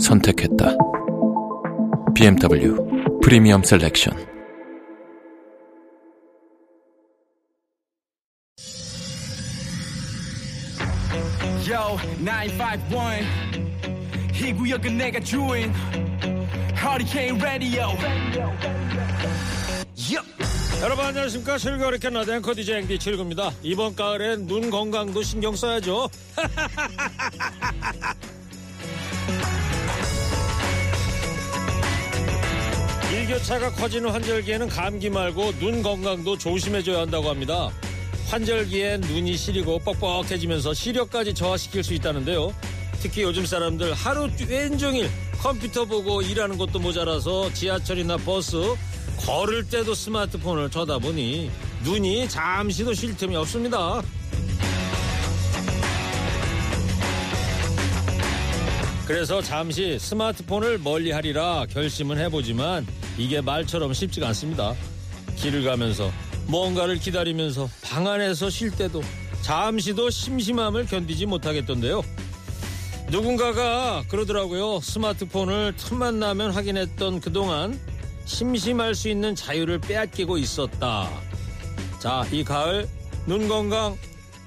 선택했다. BMW 프리미엄 셀렉션. Yo, 951. 이 구역은 내가 주인. Hurricane Radio. 여러분 안녕하십니까 즐거운 캐나 앵커 DJ 앵디 칠구입니다 이번 가을엔 눈 건강도 신경 써야죠 일교차가 커지는 환절기에는 감기 말고 눈 건강도 조심해줘야 한다고 합니다 환절기엔 눈이 시리고 뻑뻑해지면서 시력까지 저하시킬 수 있다는데요 특히 요즘 사람들 하루 왼종일 컴퓨터 보고 일하는 것도 모자라서 지하철이나 버스 걸을 때도 스마트폰을 쳐다보니 눈이 잠시도 쉴 틈이 없습니다. 그래서 잠시 스마트폰을 멀리 하리라 결심은 해보지만 이게 말처럼 쉽지가 않습니다. 길을 가면서 뭔가를 기다리면서 방 안에서 쉴 때도 잠시도 심심함을 견디지 못하겠던데요. 누군가가 그러더라고요. 스마트폰을 틈만 나면 확인했던 그동안 심심할 수 있는 자유를 빼앗기고 있었다. 자, 이 가을 눈 건강,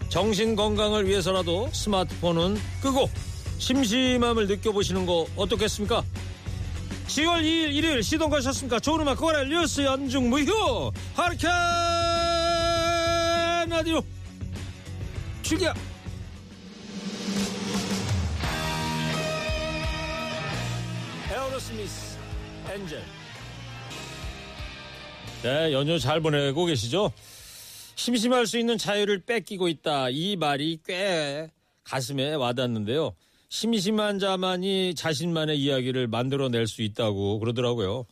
정신 건강을 위해서라도 스마트폰은 끄고 심심함을 느껴보시는 거 어떻겠습니까? 10월 2일 일요일 시동 거셨습니까? 좋은 음악 코라 뉴스 연중 무휴 하리캔 라디오 출격! 에어로스미스 엔젤 네, 연휴 잘 보내고 계시죠? 심심할 수 있는 자유를 뺏기고 있다. 이 말이 꽤 가슴에 와닿는데요. 심심한 자만이 자신만의 이야기를 만들어낼 수 있다고 그러더라고요.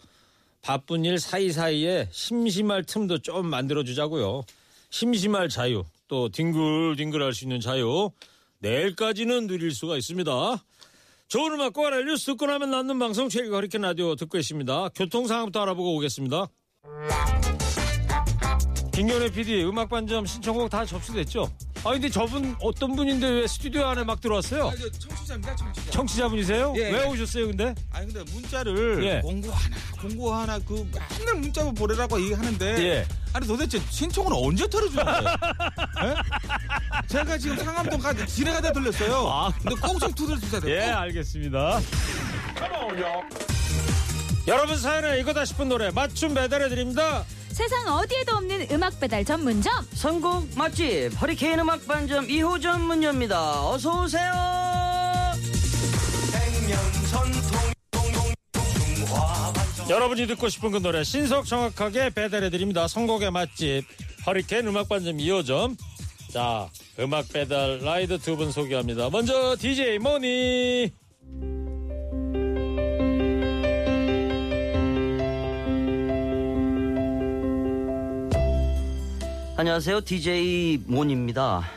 바쁜 일 사이사이에 심심할 틈도 좀 만들어주자고요. 심심할 자유, 또 뒹굴뒹굴할 수 있는 자유, 내일까지는 누릴 수가 있습니다. 좋은 음악 과 뉴스 듣고 나면 남는 방송 최고 허리케인 라디오 듣고 있습니다. 교통 상황부터 알아보고 오겠습니다. 김경래 PD 음악 반점 신청곡 다 접수됐죠? 아 근데 저분 어떤 분인데 왜 스튜디오 안에 막 들어왔어요? 아, 저 청취자입니다, 청취자. 청취자분이세요? 예. 왜 오셨어요 근데? 아니 근데 문자를 예. 공고 하나, 공고 하나 그 맨날 문자로 보내라고 얘기하는데 예. 아니 도대체 신청은 언제 털어주는 거예요? 예? 제가 지금 상암동까지 지뢰가다 들렸어요. 아. 근데 꼭 좀 두드려주셔야 돼요. 예 알겠습니다 여러분 사연에 이거다 싶은 노래 맞춤 배달해드립니다 세상 어디에도 없는 음악 배달 전문점 선곡 맛집 허리케인 음악 반점 2호 전문점입니다. 어서 오세요. 여러분이 듣고 싶은 그 노래 신속 정확하게 배달해드립니다 선곡의 맛집 허리케인 음악반점 2호점 자 음악 배달 라이드 두 분 소개합니다 먼저 DJ 모니 안녕하세요. DJ 몬입니다.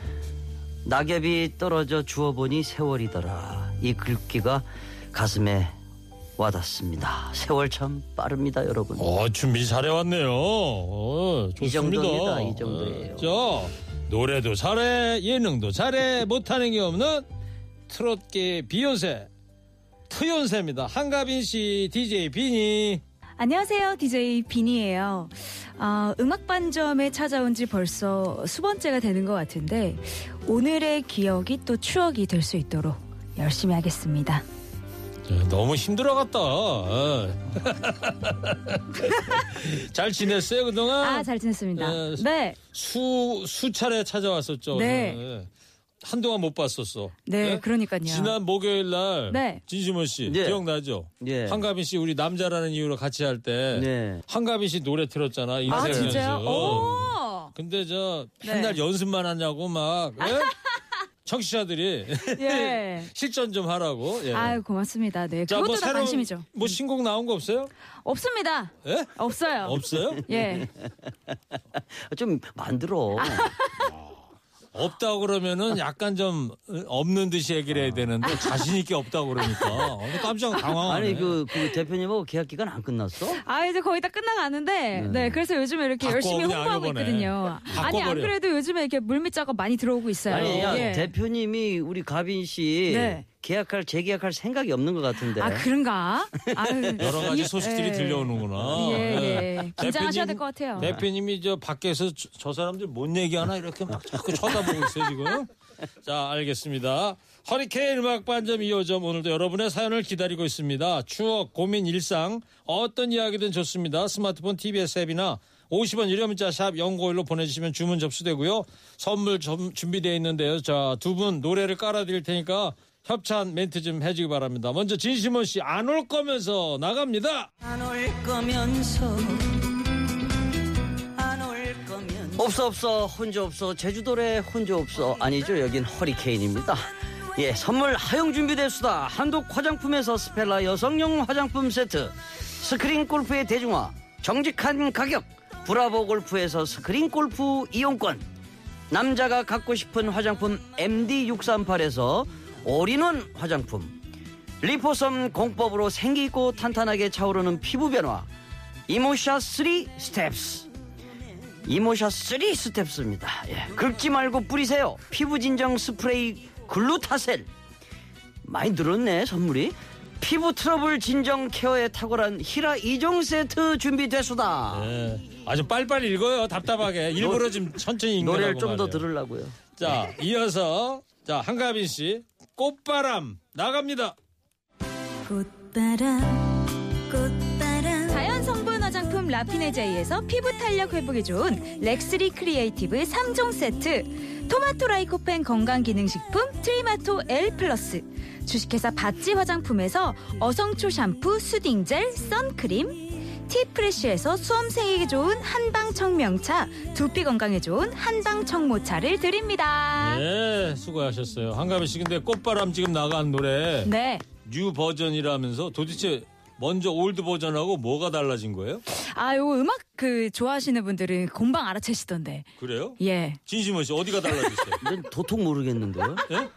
낙엽이 떨어져 주워보니 세월이더라. 이 글귀가 가슴에 와닿습니다. 세월 참 빠릅니다, 여러분. 어, 준비 잘해왔네요. 어, 좋습니다. 이 정도입니다. 이 정도예요. 어, 저, 노래도 잘해, 예능도 잘해, 못하는 게 없는 트롯계 비욘세, 트욘세입니다. 한가빈 씨, DJ 비니. 안녕하세요 DJ 비니예요 아, 음악 반점에 찾아온 지 벌써 수번째가 되는 것 같은데 오늘의 기억이 또 추억이 될 수 있도록 열심히 하겠습니다 야, 너무 힘들어갔다. 어. 잘 지냈어요, 그동안? 아 잘 지냈습니다 예, 네 수, 수차례 찾아왔었죠. 네. 예. 한동안 못 봤었어. 네, 예? 그러니까요. 지난 목요일 날 네. 진심원 씨 예. 기억나죠? 예. 한가빈 씨 우리 남자라는 이유로 같이 할 때 네. 한가빈 씨 노래 틀었잖아. 아 인사하면서. 진짜요? 오 근데 저 네. 맨날 연습만 하냐고 막 예? 청취자들이 예. 실전 좀 하라고. 예. 아유 고맙습니다. 네, 네. 자, 그것도 뭐 다 새로운 관심이죠. 뭐 신곡 나온 거 없어요? 없습니다. 예? 없어요. 없어요? 예. 좀 만들어. 없다고 그러면은 약간 좀 어, 없는 듯이 얘기를 해야 아. 되는데 자신 있게 없다고 그러니까 어, 깜짝 당황하네. 아니 그, 그 대표님하고 계약 기간 안 끝났어? 아 이제 거의 다 끝나가는데 네, 그래서 요즘에 이렇게 바꿔, 열심히 그냥 홍보하고 이번에. 있거든요. 아니 안 바꿔버려. 그래도 요즘에 이렇게 물밑 작업 많이 들어오고 있어요. 아니 야, 예. 대표님이 우리 가빈 씨 네. 계약할 재계약할 생각이 없는 것 같은데. 아 그런가? 아유, 여러 가지 이- 소식들이 예. 들려오는구나. 예, 예. 예. 긴장하셔야 대표님, 될 것 같아요. 대표님이 저 밖에서 저, 저 사람들 뭔 얘기하나 이렇게 막 자꾸 쳐다보고 있어요 지금. 자 알겠습니다. 허리케인 음악 반점 2호점 오늘도 여러분의 사연을 기다리고 있습니다. 추억, 고민, 일상 어떤 이야기든 좋습니다. 스마트폰 TBS 앱이나 50원 유료 문자 샵 연고일로 보내주시면 주문 접수되고요. 선물 점- 준비되어 있는데요. 자, 두 분 노래를 깔아드릴 테니까 협찬 멘트 좀 해주기 바랍니다. 먼저 진심원 씨 안 올 거면서 나갑니다. 안올 거면서 안 올 거면 없어 없어 혼자 없어 제주도래 혼자 없어 아니죠 여긴 허리케인입니다 예 선물 하용 준비됐수다 한독 화장품에서 스펠라 여성용 화장품 세트 스크린 골프의 대중화 정직한 가격 브라보 골프에서 스크린 골프 이용권 남자가 갖고 싶은 화장품 MD638에서 올인원 화장품 리포섬 공법으로 생기있고 탄탄하게 차오르는 피부 변화 이모샤 3 스텝스 이모샤 3 스텝스입니다. 예. 긁지 말고 뿌리세요. 피부 진정 스프레이 글루타셀. 많이 늘었네, 선물이. 피부 트러블 진정 케어에 탁월한 히라 이종 세트 준비됐수다. 예. 아주 빨리빨리 읽어요. 답답하게. 일부러 좀 천천히 읽는 노래를 좀 더 들으려고요. 자, 이어서 자, 한가빈 씨 꽃바람 나갑니다. 꽃바람 꽃바람 자연 성분 화장품 라피네제이에서 피부 탄력 회복에 좋은 렉스리 크리에이티브 3종 세트 토마토 라이코펜 건강기능식품 트리마토 L 플러스 주식회사 바찌 화장품에서 어성초 샴푸 수딩젤 선크림 티프레쉬에서 수험생에게 좋은 한방 청명차 두피 건강에 좋은 한방 청모차를 드립니다 예, 수고하셨어요. 한가빈 씨 근데 꽃바람 지금 나간 노래 네 뉴 버전이라면서 도대체 먼저 올드 버전하고 뭐가 달라진 거예요? 아, 요 음악 그 좋아하시는 분들은 금방 알아채시던데. 그래요? 예. 진심원 씨 어디가 달라졌어요? 난 도통 모르겠는데요. 예?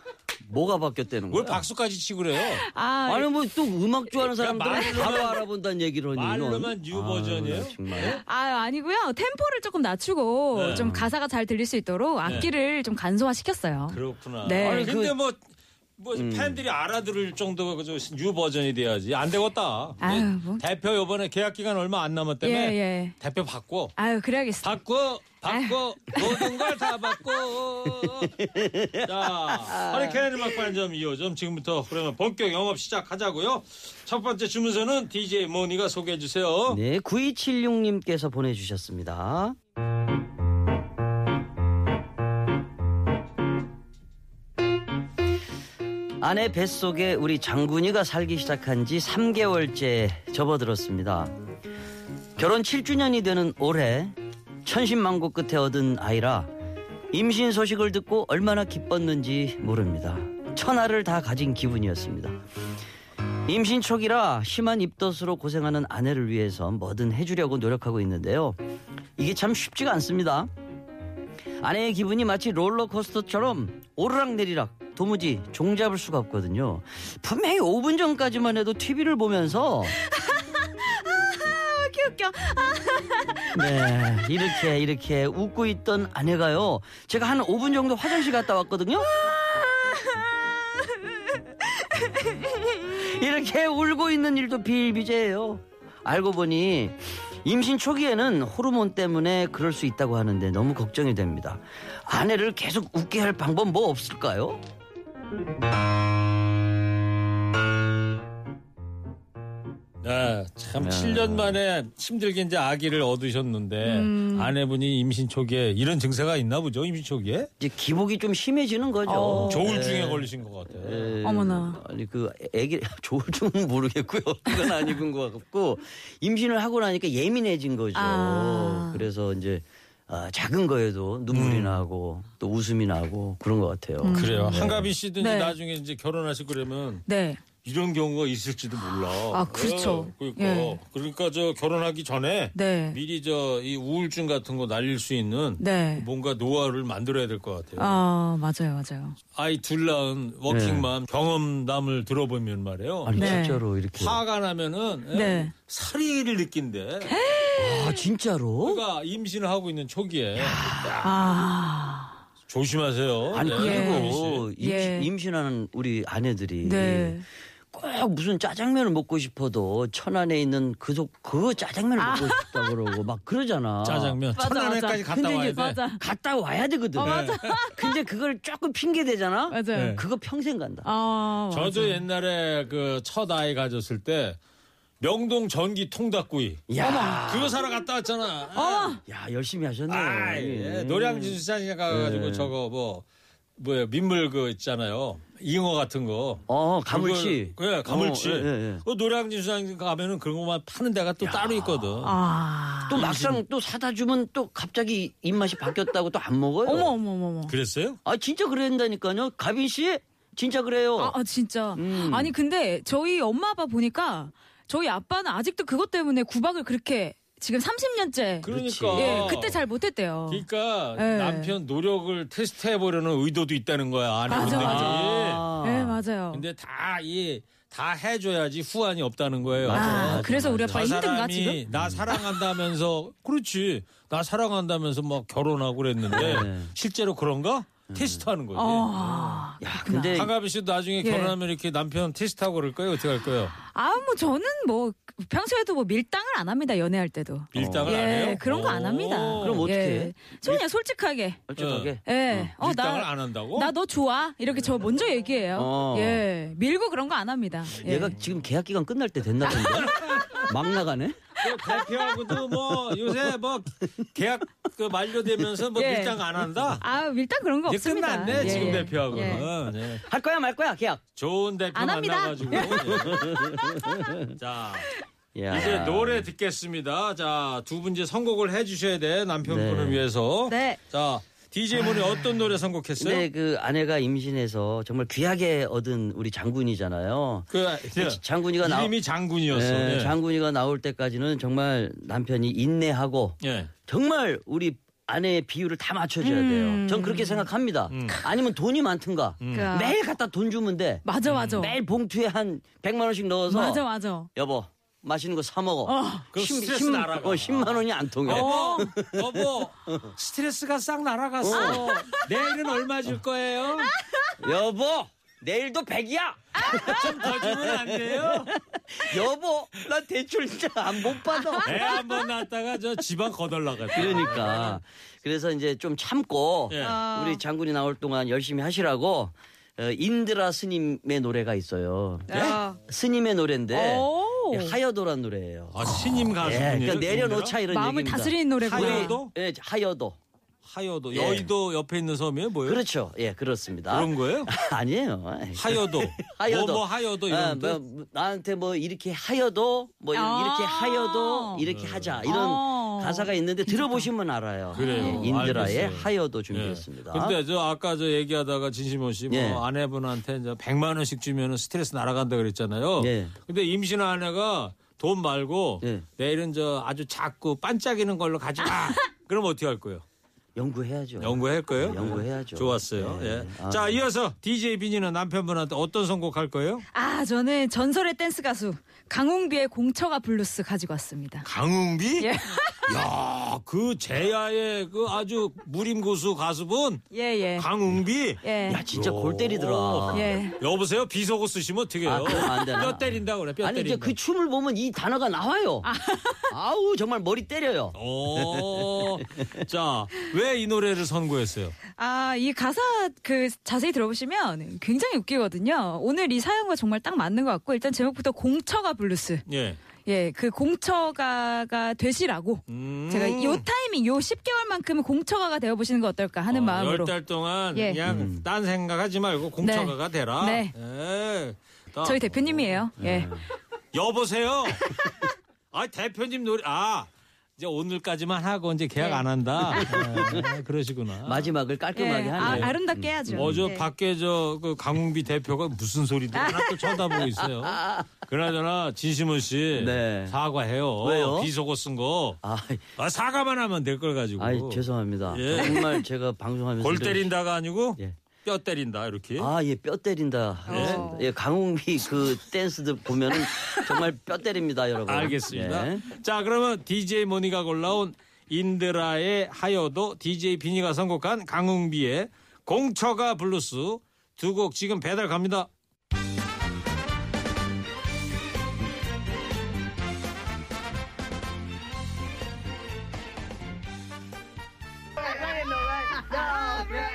뭐가 바뀌었다는 뭘 거야? 박수까지 치고 그래요? 아, 아니 뭐 또 음악 좋아하는 그러니까 사람들은 말로만- 바로 알아본다는 얘기를 하니 이건. 말로만 뉴 아, 버전이에요? 정말. 아, 아니고요. 템포를 조금 낮추고 네. 좀 가사가 잘 들릴 수 있도록 악기를 좀 간소화시켰어요. 그렇구나. 네. 아니, 그- 근데 뭐, 뭐 팬들이 알아들을 정도가 그뉴 버전이 돼야지. 안 되겠다. 아유, 네. 뭐. 대표 요번에 계약 기간 얼마 안 남았다며. 예, 예. 대표 바꿔. 아유, 그래야겠어. 바꿔. 바꿔. 아. 모든 걸 다 바꿔. 자, 허리케인 음악 반점 2호점 지금부터 그러면 본격 영업 시작하자고요. 첫 번째 주문서는 DJ 모니가 소개해 주세요. 네, 9276님께서 보내주셨습니다. 아내 뱃속에 우리 장군이가 살기 시작한 지 3개월째 접어들었습니다. 결혼 7주년이 되는 올해 천신만고 끝에 얻은 아이라 임신 소식을 듣고 얼마나 기뻤는지 모릅니다. 천하를 다 가진 기분이었습니다. 임신 초기라 심한 입덧으로 고생하는 아내를 위해서 뭐든 해주려고 노력하고 있는데요. 이게 참 쉽지가 않습니다. 아내의 기분이 마치 롤러코스터처럼 오르락내리락 도무지 종잡을 수가 없거든요. 분명히 5분 전까지만 해도 TV를 보면서 아, 귀엽겨. 네, 이렇게 이렇게 웃고 있던 아내가요. 제가 한 5분 정도 화장실 갔다 왔거든요. 이렇게 울고 있는 일도 비일비재해요. 알고 보니 임신 초기에는 호르몬 때문에 그럴 수 있다고 하는데 너무 걱정이 됩니다. 아내를 계속 웃게 할 방법 뭐 없을까요? 네, 참 7년 만에 힘들게 이제 아기를 얻으셨는데 음. 아내분이 임신 초기에 이런 증세가 있나 보죠. 임신 초기에? 이제 기복이 좀 심해지는 거죠. 조울 네. 중에 걸리신 것 같아요. 에, 어. 어머나. 아니 그 애기 좋을 줄은 모르겠고요. 그건 아니군 것 같고 임신을 하고 나니까 예민해진 거죠. 아. 그래서 이제 어, 작은 거에도 음. 눈물이 나고 또 웃음이 나고 그런 것 같아요. 그래요. 한가비 씨든지 네. 나중에 이제 결혼하실 거라면 네. 이런 경우가 있을지도 몰라. 아, 그렇죠. 예, 그러니까 예. 그러니까 저 결혼하기 전에 네. 미리 저 이 우울증 같은 거 날릴 수 있는 네. 뭔가 노하우를 만들어야 될 것 같아요. 아, 맞아요. 맞아요. 아이 둘 낳은 워킹맘 경험담을 들어보면 말이에요. 네. 아니 네. 진짜로 이렇게 화가 나면은 예, 네. 살이를 느낀대. 아 진짜로? 그러니까 임신을 하고 있는 초기에 아. 조심하세요. 아니 네, 한가비 씨. 그리고 임신, 예. 임신하는 우리 아내들이 네. 꼭 무슨 짜장면을 먹고 싶어도 천안에 있는 그속 그 짜장면을 먹고 싶다 그러고 막 그러잖아. 아. 짜장면 맞아, 천안에까지 맞아. 갔다 근데 와야 이제 돼. 어, 맞아. 갔다 와야 되거든. 네. 근데 그걸 조금 핑계 대잖아. 맞아요. 네. 그거 평생 간다. 아. 저도 옛날에 그 첫 아이 가졌을 때 명동 전기 통닭구이 아. 야, 그거 사러 갔다 왔잖아. 어. 아, 야 열심히 하셨네. 아, 예. 음. 노량진 수산시장 네. 가가지고 저거 뭐 뭐야 민물 그 있잖아요 잉어 같은 거. 어 가물치. 그걸- 예, 가물치. 어, 예, 예, 예. 어, 노량진 수산시장 가면은 그런 것만 파는 데가 또 따로 있거든. 아. 또 막상 또 사다 주면 또 갑자기 입맛이 바뀌었다고 또 안 먹어요. 어머, 어머, 어머, 어머. 그랬어요? 아 진짜 그랬다니까요. 가빈 씨 진짜 그래요. 어. 아, 아, 진짜. 음. 아니 근데 저희 엄마 아빠 보니까 저희 아빠는 아직도 그것 때문에 구박을 그렇게 지금 30년째 그러니까. 예, 그때 잘 못했대요. 그러니까 예. 남편 노력을 테스트해 보려는 의도도 있다는 거야. 아내 맞아, 분들이. 아. 예, 맞아요. 근데 다, 이, 다 해줘야지 후환이 없다는 거예요. 아, 맞아. 그래서 우리 아빠 저 힘든가 사람이 지금? 나 사랑한다면서 그렇지 나 사랑한다면서 막 결혼하고 그랬는데 실제로 그런가 테스트하는 거지. 아, 예. 야 근데 한가비 씨도 나중에 예. 결혼하면 이렇게 남편 테스트하고 그럴 거예요? 어떻게 할 거예요? 아, 뭐 저는 뭐 평소에도 뭐 밀당을 안 합니다. 연애할 때도. 밀당을 예, 안 해요? 그런 거 안 오. 합니다. 그럼 어떻게 해? 예. 저 그냥 솔직하게. 솔직하게 예. 어, 밀당을 나, 안 한다고? 나 너 좋아. 이렇게 저 먼저 얘기해요. 어. 예. 밀고 그런 거 안 합니다. 예. 얘가 지금 계약 기간 끝날 때 됐나 본데. 막 나가네. 그 대표하고도 뭐 요새 뭐 계약 그 만료되면서 뭐 예. 밀당 안 한다? 아, 밀당 그런 거 이제 없습니다. 끝났네 예, 지금 예. 예. 대표하고는. 예. 할 거야 말 거야 계약. 좋은 대표 안 합니다. 만나가지고. 예. 자, 야. 이제 노래 듣겠습니다. 자, 두 분 이제 선곡을 해주셔야 돼. 남편분을 네. 위해서. 네. 자, DJ분이 어떤 노래 선곡했어요? 근데 그 아내가 임신해서 정말 귀하게 얻은 우리 장군이잖아요. 그, 그, 장군이가 나오 이름이 장군이었어. 예, 네, 예. 장군이가 나올 때까지는 정말 남편이 인내하고 예. 정말 우리 아내의 비율을 다 맞춰줘야 음. 돼요. 전 그렇게 생각합니다. 아니면 돈이 많든가 그러니까. 매일 갖다 돈 주면 돼. 맞아, 음, 맞아. 매일 봉투에 한 100만 원씩 넣어서 어. 맞아, 맞아. 여보 맛있는 거 사 먹어. 그 스트레스 날아가. 어, 10만 원이 안 통해. 어. 여보, 여보, 예. 어, 뭐, 스트레스가 싹 날아갔어. 내일은 얼마 줄 거예요? 여보 내일도 100이야. 좀 더 주면 안 돼요? 여보 나 대출 진짜 안 못 받아. 애 네, 한 번 낳았다가 저 집안 거덜나갔다. 그러니까 그래서 이제 좀 참고 예. 아. 우리 장군이 나올 동안 열심히 하시라고 어, 인드라 스님의 노래가 있어요. 예? 아. 스님의 노래인데 오. 예, 하여도란 노래예요. 아, 신임 예, 가수분이에요. 그러니까 내려놓자 이런 마음을 얘기입니다. 다스리는 노래구나. 하여도? 예, 하여도. 하여도 예. 여의도 옆에 있는 섬이에요, 뭐예요? 그렇죠. 예, 그렇습니다. 그런 거예요? 아니에요. 하여도 하여도. 뭐뭐 하여도 이런 아, 뜻? 뭐, 뭐, 나한테 뭐 이렇게 하여도 뭐 이렇게 아. 하여도 이렇게 하자 이런 아. 가사가 있는데 들어보시면 알아요. 그래요. 예, 인드라의 알겠어요. 하여도 예. 준비했습니다. 근데 저 아까 저 얘기하다가 진심원 씨뭐 예. 아내분한테 이제 100만 원씩 주면은 스트레스 날아간다 그랬잖아요. 예. 근데 임신 아내가 돈 말고 예. 내일은 저 아주 작고 반짝이는 걸로 가져가. 그럼 어떻게 할 거예요? 연구해야죠. 연구할 거예요? 네, 연구해야죠. 좋았어요. 네. 예. 아. 자, 이어서 DJ 비니는 남편분한테 어떤 선곡할 거예요? 아, 저는 전설의 댄스 가수 강웅비의 공처가 블루스 가지고 왔습니다. 강웅비? 예. 야, 그 제야의 그 아주 무림 고수 가수분 예, 예. 강웅비. 예. 야 진짜 골 때리더라. 예. 여보세요 비속어 쓰시면 어떻게 해요? 아, 그럼 안 되나? 뼈 때린다 그래 뼈 아니 이제 때린다. 그 춤을 보면 이 단어가 나와요. 아. 아우 정말 머리 때려요. 오, 어. 자왜 이 노래를 선고했어요? 아, 이 가사 그 자세히 들어보시면 굉장히 웃기거든요. 오늘 이 사연과 정말 딱 맞는 것 같고 일단 제목부터 공처가 블루스. 예, 예, 그 공처가가 되시라고 음. 제가 요 타이밍 요 10개월만큼은 공처가가 되어 보시는 거 어떨까 하는 마음으로. 아, 열달 동안 예. 그냥 음. 딴 생각하지 말고 공처가가 되라. 네. 예. 다- 저희 아, 음. 대표님이에요. 예. 여보세요. 아 대표님 노래 아 이제 오늘까지만 하고 이제 계약 네. 안 한다. 아, 그러시구나. 마지막을 깔끔하게 예, 하네. 아, 름답게 해야죠. 음. 어저 네. 밖에 저그 강웅비 대표가 무슨 소리도 하나 또 쳐다보고 있어요. 그나저나 진심원 씨 네. 사과해요. 왜요? 비속어 쓴 거. 아, 아, 사과만 하면 될 걸 가지고. 아이, 죄송합니다. 예. 정말 제가 방송하면서 골 이런- 때린다가 아니고 예. 뼈 때린다 이렇게. 아, 예, 뼈 때린다. 어. 하겠습니다. 예, 강웅비 그 댄스들 보면은 정말 뼈 때립니다, 여러분. 알겠습니다. 네. 자, 그러면 DJ 모니가 골라온 인드라의 하여도 DJ 비니가 선곡한 강웅비의 공처가 블루스 두 곡 지금 배달 갑니다.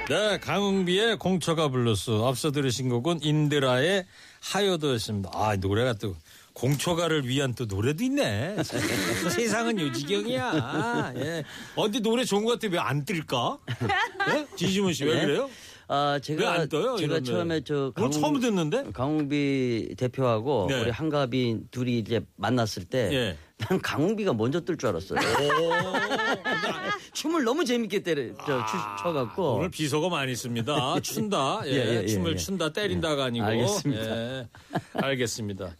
네, 강웅비의 공처가 블루스 앞서 들으신 곡은 인드라의 하여도였습니다. 아, 이 노래가 또 공처가를 위한 또 노래도 있네. 세상은 요지경이야. 예. 어디 노래 좋은 것 같아 왜 안 뜰까? 예? 진심은 씨 왜 네. 그래요? 아, 제가 왜 안 떠요? 제가 이런 노래? 처음에 저 오늘 처음 듣는데? 강웅비 대표하고 네. 우리 한가빈 둘이 이제 만났을 때 예. 난 강웅비가 먼저 뜰 줄 알았어요. 네. 춤을 너무 재밌게 때려 저, 추- 춰갖고 아, 오늘 비서가 많이 씁니다. 춘다. 예, 예, 예, 춤을 예. 춘다 때린다가 아니고. 알겠습니다. 예, 알겠습니다.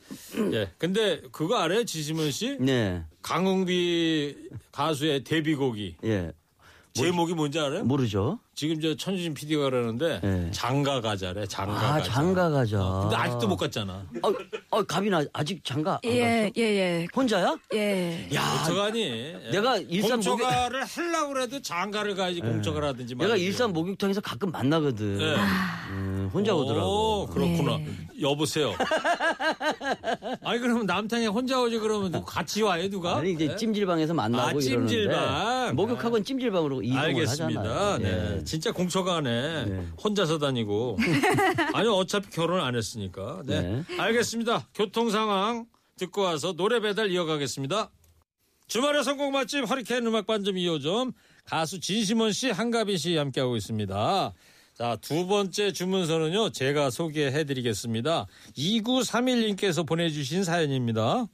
예. 근데 그거 알아요? 지심은 씨? 네, 강웅비 가수의 데뷔곡이 예, 제목이 뭔지 알아요? 모르죠. 지금 저 천주진 PD가 그러는데 뭐? 예. 장가 가자래. 장가 아, 가자. 장가 가자. 근데 아직도 못 갔잖아. 어, 어, 가빈 아- 아직 장가 안 갔어? 예, 예, 예. 혼자야? 예. 야, 어떡하니? 예. 내가 일산 목욕- 공처가를 하려고 그래도 장가를 가야지 공처가를 하든지 말이야. 내가 일산 목욕탕에서 가끔 만나거든. 예. 음, 혼자 오더라고. 네. 오, 그렇구나. 여보세요. 아니 그러면 남탕에 혼자 오지 그러면 누 같이 와요 누가? 아니 이제 네? 찜질방에서 만나고 아, 이러는데 찜질방. 목욕하고는 찜질방으로 이동을 알겠습니다. 하잖아요. 네. 예. 진짜 공처가네. 네. 혼자서 다니고. 아니 어차피 결혼 안 했으니까. 네. 네. 알겠습니다. 교통 상황 듣고 와서 노래 배달 이어가겠습니다. 주말의 성공 맛집 허리케인 음악 반점 2호점 가수 진심원 씨, 한가빈 씨 함께하고 있습니다. 자, 두 번째 주문서는요, 제가 소개해 드리겠습니다. 2931님께서 보내주신 사연입니다.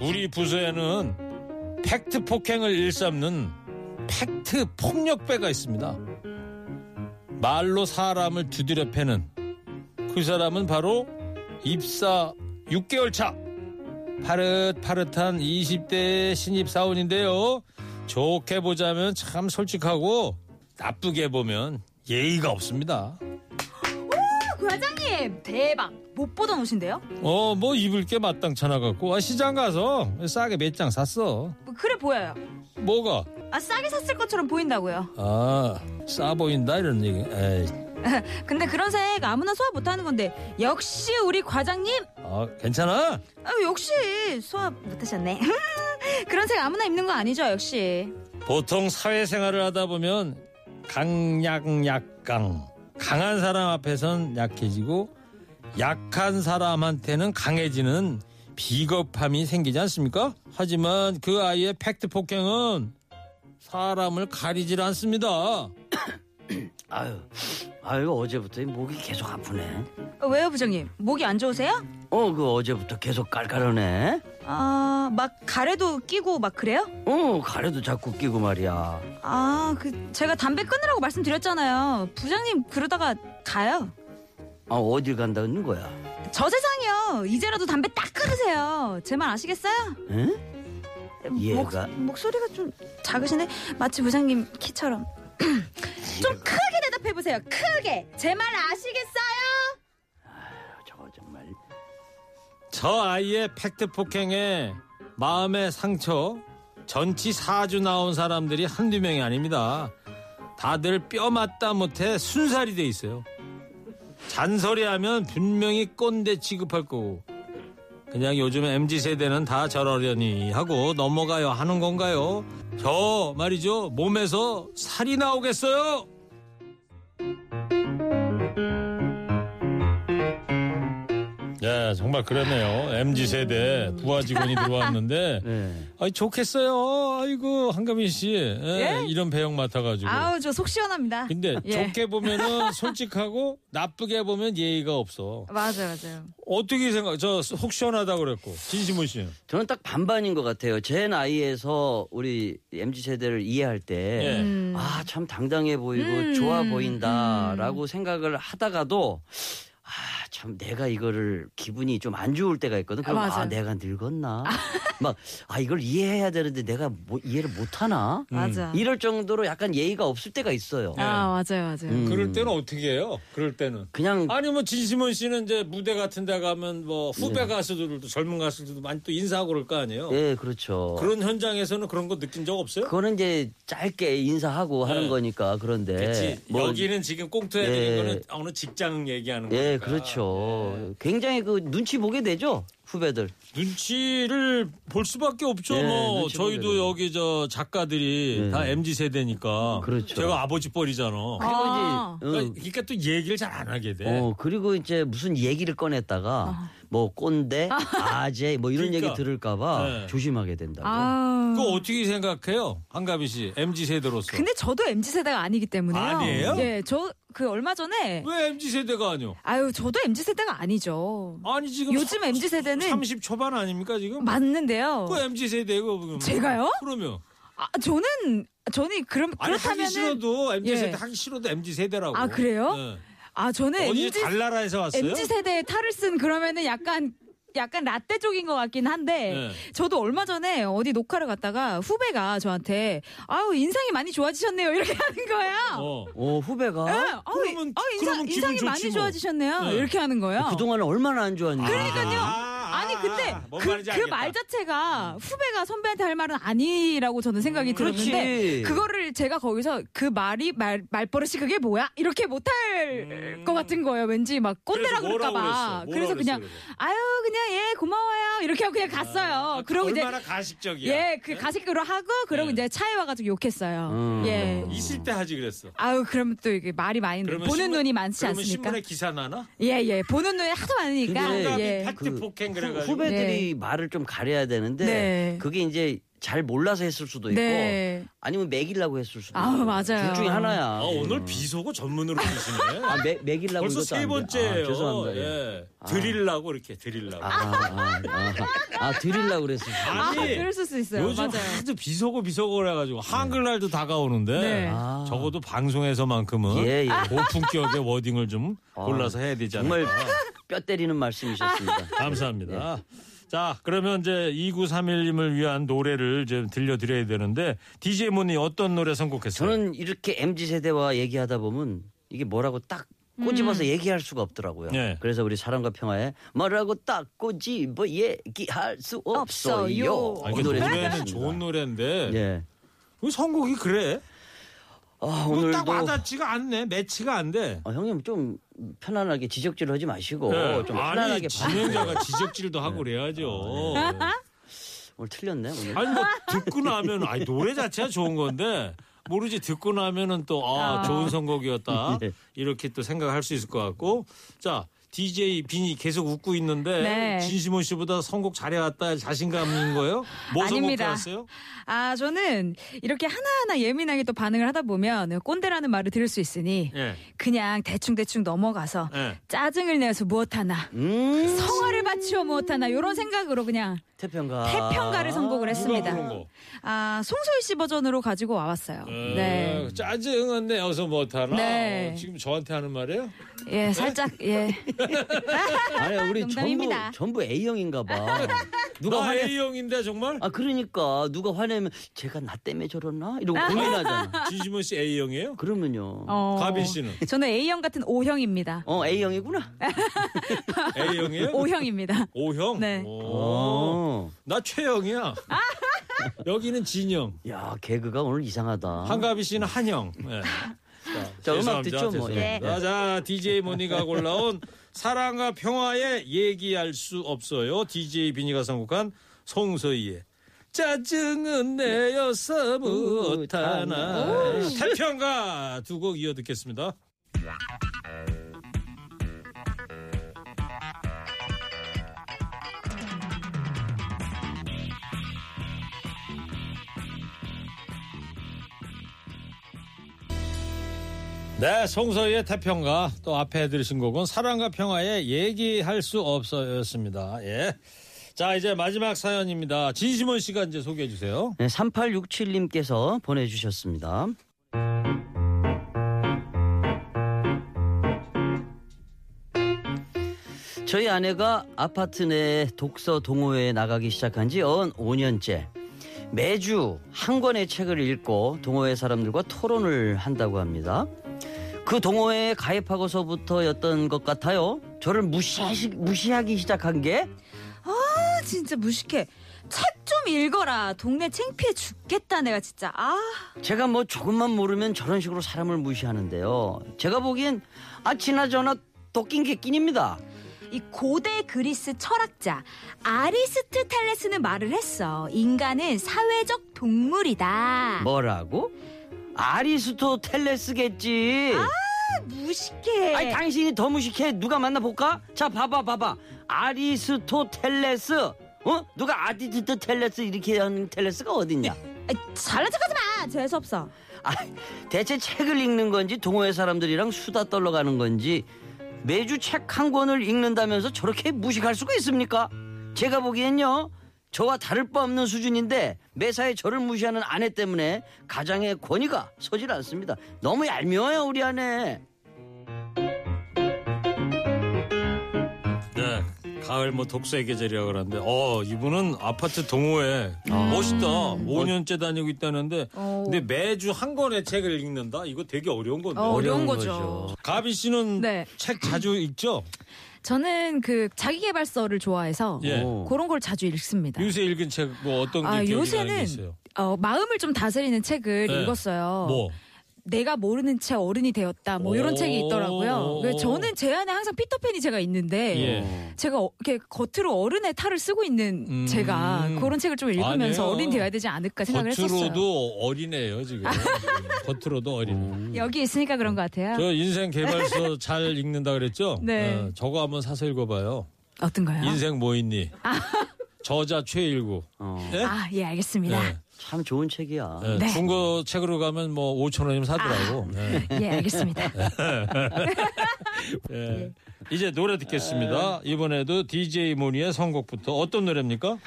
우리 부서에는 팩트 폭행을 일삼는 팩트 폭력배가 있습니다. 말로 사람을 두드려 패는 그 사람은 바로 입사 6개월 차 파릇파릇한 20대 신입 사원인데요. 좋게 보자면 참 솔직하고 나쁘게 보면 예의가 없습니다. 과장님 대박 못 보던 옷인데요? 어, 뭐 입을 게 마땅찮아 갖고 아, 시장 가서 싸게 몇 장 샀어. 뭐 그래 보여요. 뭐가? 아 싸게 샀을 것처럼 보인다고요. 아, 싸 보인다 이런 얘기. 에이, 근데 그런 색 아무나 소화 못하는 건데 역시 우리 과장님 아, 괜찮아? 아, 역시 소화 못하셨네. 그런 색 아무나 입는 거 아니죠 역시. 보통 사회생활을 하다 보면 강약약강 강한 사람 앞에선 약해지고 약한 사람한테는 강해지는 비겁함이 생기지 않습니까? 하지만 그 아이의 팩트 폭행은 사람을 가리질 않습니다. 아유, 아유 어제부터 이 목이 계속 아프네. 어, 왜요 부장님 목이 안 좋으세요? 어, 그 어제부터 계속 깔깔하네. 어, 아막 가래도 끼고 막 그래요? 어, 가래도 자꾸 끼고 말이야. 아 그 제가 담배 끊으라고 말씀드렸잖아요. 부장님 그러다가 가요. 아, 어딜 간다는 거야? 저 세상이요 이제라도 담배 딱 끊으세요. 제 말 아시겠어요? 응? 얘가? 목, 소리가좀 작으시네 마치 부장님 키처럼 좀 크게 대답해보세요 크게 제 말 아시겠어요? 저거 정말. 저 아이의 팩트 폭행에 마음의 상처 전치 4주 나온 사람들이 한두 명이 아닙니다. 다들 뼈 맞다 못해 순살이 돼 있어요. 잔소리하면 분명히 꼰대 취급할 거고 그냥 요즘 MZ 세대는 다 저러려니 하고 넘어가요 하는 건가요? 저 말이죠 몸에서 살이 나오겠어요. 예, 정말 그러네요. MZ 세대 부하 직원이 들어왔는데 네. 아이 좋겠어요. 아이고 한가민 씨 예, 예? 이런 배역 맡아가지고. 아우 저 속 시원합니다 근데 예. 좋게 보면은 솔직하고 나쁘게 보면 예의가 없어. 맞아 맞아요 어떻게 생각? 저 속 시원하다 그랬고 진심훈 씨는 저는 딱 반반인 것 같아요. 제 나이에서 우리 MZ 세대를 이해할 때 예. 음. 아, 참 당당해 보이고 음, 좋아 음, 보인다라고 생각을 하다가도 아, 참 내가 이거를 기분이 좀 안 좋을 때가 있거든. 그럼 아, 맞아요. 내가 늙었나? 막 아, 이걸 이해해야 되는데 내가 뭐, 이해를 못 하나? 음. 맞아. 이럴 정도로 약간 예의가 없을 때가 있어요. 아 맞아요 맞아요. 음. 그럴 때는 어떻게 해요? 그럴 때는 그냥 아니 뭐 진심훈 씨는 이제 무대 같은 데 가면 뭐 후배 가수들도 젊은 가수들도 많이 또 인사하고 그럴 거 아니에요. 예, 그렇죠. 그런 현장에서는 그런 거 느낀 적 없어요? 그거는 이제 짧게 인사하고 하는 네. 거니까 그런데 그치. 뭐- 여기는 지금 꽁트해 드린 예. 거는 어느 직장 얘기하는 거니까. 예, 그렇죠. 굉장히 그 눈치 보게 되죠 후배들. 눈치를 볼 수밖에 없죠. 예, 뭐 눈치 저희도 보게 여기 저 작가들이 예. 다 mz 세대니까. 그렇죠. 제가 아버지 뻘이잖아. 그리고 아. 이제 응. 그러니까 또 얘기를 잘 안 하게 돼. 어 그리고 이제 무슨 얘기를 꺼냈다가 아. 뭐 꼰대, 아재 뭐 이런 그러니까. 얘기 들을까봐 네. 조심하게 된다고. 아. 그거 어떻게 생각해요, 한가비 씨, mz 세대로서? 근데 저도 mz 세대가 아니기 때문에요. 아니에요? 예, 저 그 얼마 전에 왜 mz 세대가 아니요? 아유 저도 mz 세대가 아니죠. 아니 지금 요즘 mz 세대는 30 초반 아닙니까 지금? 맞는데요. 그 mz 세대고 그러면. 제가요? 그러면 아 저는 저는 그럼 아니 하기 그렇다면은 싫어도 mz 세대 예. 하기 싫어도 mz 세대라고. 예. 아, 그래요? 아 저는 어디 mz 달나라에서 왔어요? mz 세대의 탈을 쓴 그러면은 약간 약간 라떼 쪽인 것 같긴 네. 한데 저도 얼마 전에 어디 녹화를 갔다가 후배가 저한테 아우 인상이 많이 좋아지셨네요 이렇게 하는 거예요. 어. 어 후배가 네, 아우, 그러면- 아우, 인상, 그러면 기분 인상이 좋지 많이 뭐. 좋아지셨네요 네. 이렇게 하는 거예요. 그동안 얼마나 안 좋았냐. 어. 그러니까요. 아, 아, 니 근데 아, 뭔 그 말인지 그 말 알겠다. 자체가 후배가 선배한테 할 말은 아니라고 저는 음, 생각이 들었는데 그렇지. 그거를 제가 거기서 그 말이 말 말버릇이 그게 뭐야 이렇게 못할 것 같은 거예요. 왠지 막 꼰대라 음. 그래서 뭐라고 그럴까봐. 그랬어? 뭐라고 그래서 그냥 그랬어, 그래서? 아유 그냥 예 고마워요 이렇게 하고 그냥 갔어요. 아, 그러고 이제 얼마나 가식적이야. 예 그 가식으로 하고 그러고 네. 이제 차에 와가지고 욕했어요. 음. 예. 있을 때 하지 그랬어. 아유 그러면 또 이게 말이 많이 보는 신문- 눈이 많지 그러면 않습니까? 신문에 기사 나나? 예예 보는 눈이 하도 많으니까 근데 예. 팩트 폭행 그래가지고. 후배들이 말을 좀 가려야 되는데 네. 그게 이제 잘 몰라서 했을 수도 있고 네. 아니면 먹이려고 했을 수도 있고 아우, 맞아요. 둘 중에 하나야. 아, 오늘 비속어 전문으로 계시네. 아, 매, 매기려고 벌써 이것도 세 안 돼. 번째예요. 아, 죄송합니다. 예. 예. 드릴라고 이렇게 드릴라고. 아, 아, 아, 아, 드리려고 그랬어요. 아, 아니, 그랬을 수 있어요. 요즘 맞아요. 하도 비속어 비속어를 해가지고 한글날도 다가오는데 네. 아. 적어도 방송에서만큼은 예, 예. 고품격의 워딩을 좀 아. 골라서 해야 되지 않을까. 정말 뼈 때리는 말씀이셨습니다. 아. 감사합니다. 자, 그러면 이제 2931님을 위한 노래를 좀 들려드려야 되는데, DJ 문이 어떤 노래 선곡했어요? 저는 이렇게 MZ 세대와 얘기하다 보면 이게 뭐라고 딱 꼬집어서 얘기할 수가 없더라고요. 음. 예. 그래서 우리 사랑과 평화에 뭐라고 딱 꼬집어 얘기할 수 없어요. 없어요. 아, 이게 이 노래 노래는 선곡했습니다. 좋은 노래인데, 예. 왜 선곡이 그래? 아, 오늘 딱 오늘도 와닿지가 않네, 매치가 안 돼. 아, 형님 좀 편안하게 지적질 하지 마시고 예. 어, 좀 편안하게 아니, 봐주세요. 예. 아, 네. 진행자가 지적질도 하고 그래야죠. 오늘 틀렸네 오늘. 아니 뭐 듣고 나면 아니 노래 자체가 좋은 건데 모르지 듣고 나면은 또 아 좋은 선곡이었다 예. 네. 이렇게 또 생각할 수 있을 것 같고 자 DJ 빈이 계속 웃고 있는데 네. 진심원 씨보다 선곡 잘해왔다 자신감인 거예요? 뭐 아닙니다. 선곡해왔어요? 아, 저는 이렇게 하나하나 예민하게 또 반응을 하다 보면 꼰대라는 말을 들을 수 있으니 예. 그냥 대충대충 넘어가서 예. 짜증을 내서 무엇하나 그 음. 성화를 바치어 무엇하나 이런 생각으로 그냥 태평가. 태평가를 선곡을 했습니다. 누가 부른 거? 아, 송소희 씨 버전으로 가지고 와봤어요. 예. 네. 에, 짜증은 내어서 못하나 네. 어, 지금 저한테 하는 말이에요? 네. 예, 살짝, 예. 아니 우리 농담입니다. 전부 전부 A형인가 봐. 누가 나 화내? A형인데 정말? 아 그러니까 누가 화내면 제가 나 때문에 저러나 이러고 고민하잖아. 진심원 씨 A형이에요? 그러면요. 어, 어. 가빈 씨는 저는 A형 같은 O형입니다. A형이구나. A형이에요? O형입니다. O형? 네. 오. 어. 나 최영이야. 여기는 진영. 야 개그가 오늘 이상하다. 한가비 씨는 한영. 네. 어? 자 음악 죄송합니다. 듣죠 뭐. 죄송합니다. 예. 자, DJ 모니가 골라온 사랑과 평화에 얘기할 수 없어요. DJ 비니가 선곡한 송서희의 짜증은 내어서 못하나. 태평가 두 곡 이어 듣겠습니다. 네, 송서희의 태평가 또 앞에 들으신 곡은 사랑과 평화의 얘기할 수 없어였습니다. 예. 자, 이제 마지막 사연입니다. 진심원 씨가 이제 소개해 주세요. 네, 3867님께서 보내주셨습니다. 저희 아내가 아파트 내 독서 동호회에 나가기 시작한 지 어언 5년째. 매주 한 권의 책을 읽고 동호회 사람들과 토론을 한다고 합니다. 그 동호회에 가입하고서부터였던 것 같아요. 저를 무시하시, 무시하기 시작한 게 아, 진짜 무식해. 책 좀 읽어라. 동네 창피해 죽겠다 내가 진짜. 아, 제가 뭐 조금만 모르면 저런 식으로 사람을 무시하는데요. 제가 보기엔 아 지나저나 도낀 게 낀입니다. 이 고대 그리스 철학자 아리스트탈레스는 말을 했어. 인간은 사회적 동물이다. 뭐라고? 아리스토텔레스겠지. 무식해. 아니 당신이 더 무식해. 누가 만나 볼까? 자 봐봐 봐봐. 아리스토텔레스. 어? 누가 아리스토텔레스 이렇게 하는 텔레스가 어딨냐? 아, 잘난 척하지 마. 재수 없어. 아, 대체 책을 읽는 건지 동호회 사람들이랑 수다 떨러 가는 건지 매주 책 한 권을 읽는다면서 저렇게 무식할 수가 있습니까? 제가 보기엔요. 저와 다를 바 없는 수준인데 매사에 저를 무시하는 아내 때문에 가장의 권위가 서질 않습니다. 너무 얄미워요 우리 아내. 네. 가을 뭐 독서의 계절이라고 그러는데, 어, 이분은 아파트 동호회. 멋있다. 5년째 다니고 있다는데, 어. 근데 매주 한 권의 책을 읽는다? 이거 되게 어려운 건데. 어, 어려운 어려운 거죠. 거죠. 가비 씨는 네. 책 자주 읽죠? 저는 그 자기계발서를 좋아해서 예. 오. 그런 걸 자주 읽습니다. 요새 읽은 책 뭐 어떤 게 아, 기억이 나는 게 요새는 아. 있어요? 어, 마음을 좀 다스리는 책을 네. 읽었어요. 뭐? 내가 모르는 채 어른이 되었다. 뭐 오. 이런 책이 있더라고요. 그래서 저는 제 안에 항상 피터팬이 제가 있는데 예. 제가 어- 이렇게 겉으로 어른의 탈을 쓰고 있는 음. 제가 그런 책을 좀 읽으면서 아니에요. 어른 되어야 되지 않을까 생각을 했었어요. 겉으로도 어린애예요 지금. 겉으로도 어린. 여기 있으니까 그런 것 같아요. 저 인생 개발서 잘 읽는다 그랬죠? 네. 어, 저거 한번 사서 읽어봐요. 어떤가요? 인생 뭐 있니? 저자 최일구. 어, 예? 아, 예, 알겠습니다. 예, 참 좋은 책이야. 예, 네. 중고 책으로 가면 뭐 5천 원이면 사더라고. 예. 예, 알겠습니다. 예. 이제 노래 듣겠습니다. 이번에도 DJ 모니의 선곡부터 어떤 노래입니까?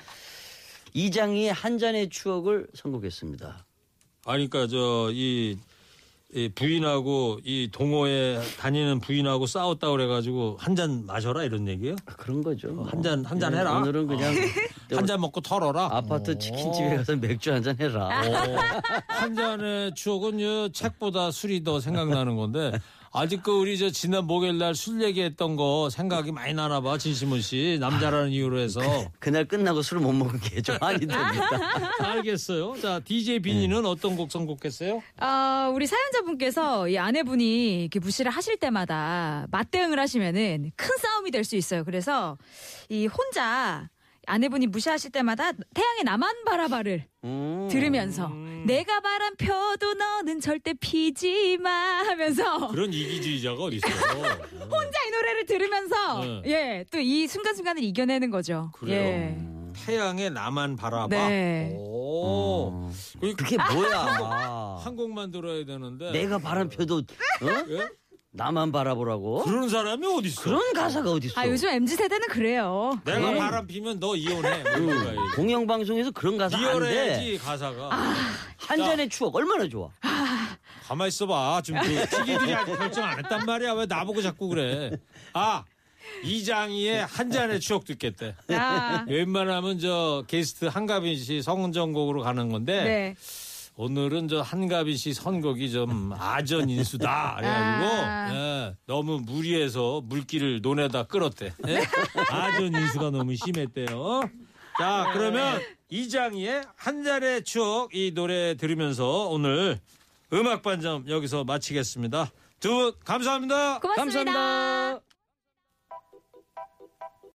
이장희의 한 잔의 추억을 선곡했습니다. 아니, 그러니까 저이 이 부인하고 이 동호회 다니는 부인하고 싸웠다 그래가지고 한 잔 마셔라 이런 얘기예요? 아, 그런 거죠. 어, 한 잔, 한잔 예, 해라. 오늘은 그냥 한 잔 먹고 털어라. 어. 아파트 치킨집에 가서 맥주 한 잔 해라. 한 잔의 추억은 요 책보다 술이 더 생각나는 건데 아직 그 우리 저 지난 목요일 날 술 얘기했던 거 생각이 많이 나나 봐 진심은 씨 남자라는 이유로 해서 그날 끝나고 술을 못 먹은 게 좀 많이 됩니다. 알겠어요. 자 DJ 비니는 어떤 곡 선곡했어요? 어, 우리 사연자분께서 이 아내분이 이렇게 무시를 하실 때마다 맞대응을 하시면은 큰 싸움이 될 수 있어요. 그래서 이 혼자 아내분이 무시하실 때마다 태양의 나만 바라바를 음, 들으면서 내가 바람 펴도 너는 절대 피지 마 하면서 그런 이기주의자가 어디 있어요? 혼자 이 노래를 들으면서 네. 예, 또 이 순간순간을 이겨내는 거죠. 그래요? 예. 음. 태양에 나만 바라봐. 네. 오. 그게 그게 뭐야? 한 곡만 들어야 되는데 내가 바람 펴도 어? 예? 나만 바라보라고? 그런 사람이 어디 있어? 뭐? 그런 가사가 어디 있어? 아, 요즘 MZ 세대는 그래요. 내가 그렇죠. 네. 바람 피면 너 이혼해. 뭐 이런 거야, 이게. 공영 방송에서 그런 가사 안 돼. 리얼해야지 가사가. 아, 한 잔의 추억 얼마나 좋아? 가만 있어봐. 지금 그 찌기들이 아직 결정 안 했단 말이야. 왜 나보고 자꾸 그래? 아 이장희의 한 잔의 추억 듣겠대. 아, 웬만하면 저 게스트 한가빈 씨 성전곡으로 가는 건데 네. 오늘은 저 한가빈 씨 선곡이 좀 아전 인수다 그래가지고 아. 예, 너무 무리해서 물기를 논에다 끌었대. 예? 네. 아전 인수가 너무 심했대요. 자 네. 그러면 이장희의 한 잔의 추억 이 노래 들으면서 오늘 음악 반점 여기서 마치겠습니다. 두 분 감사합니다. 고맙습니다. 감사합니다.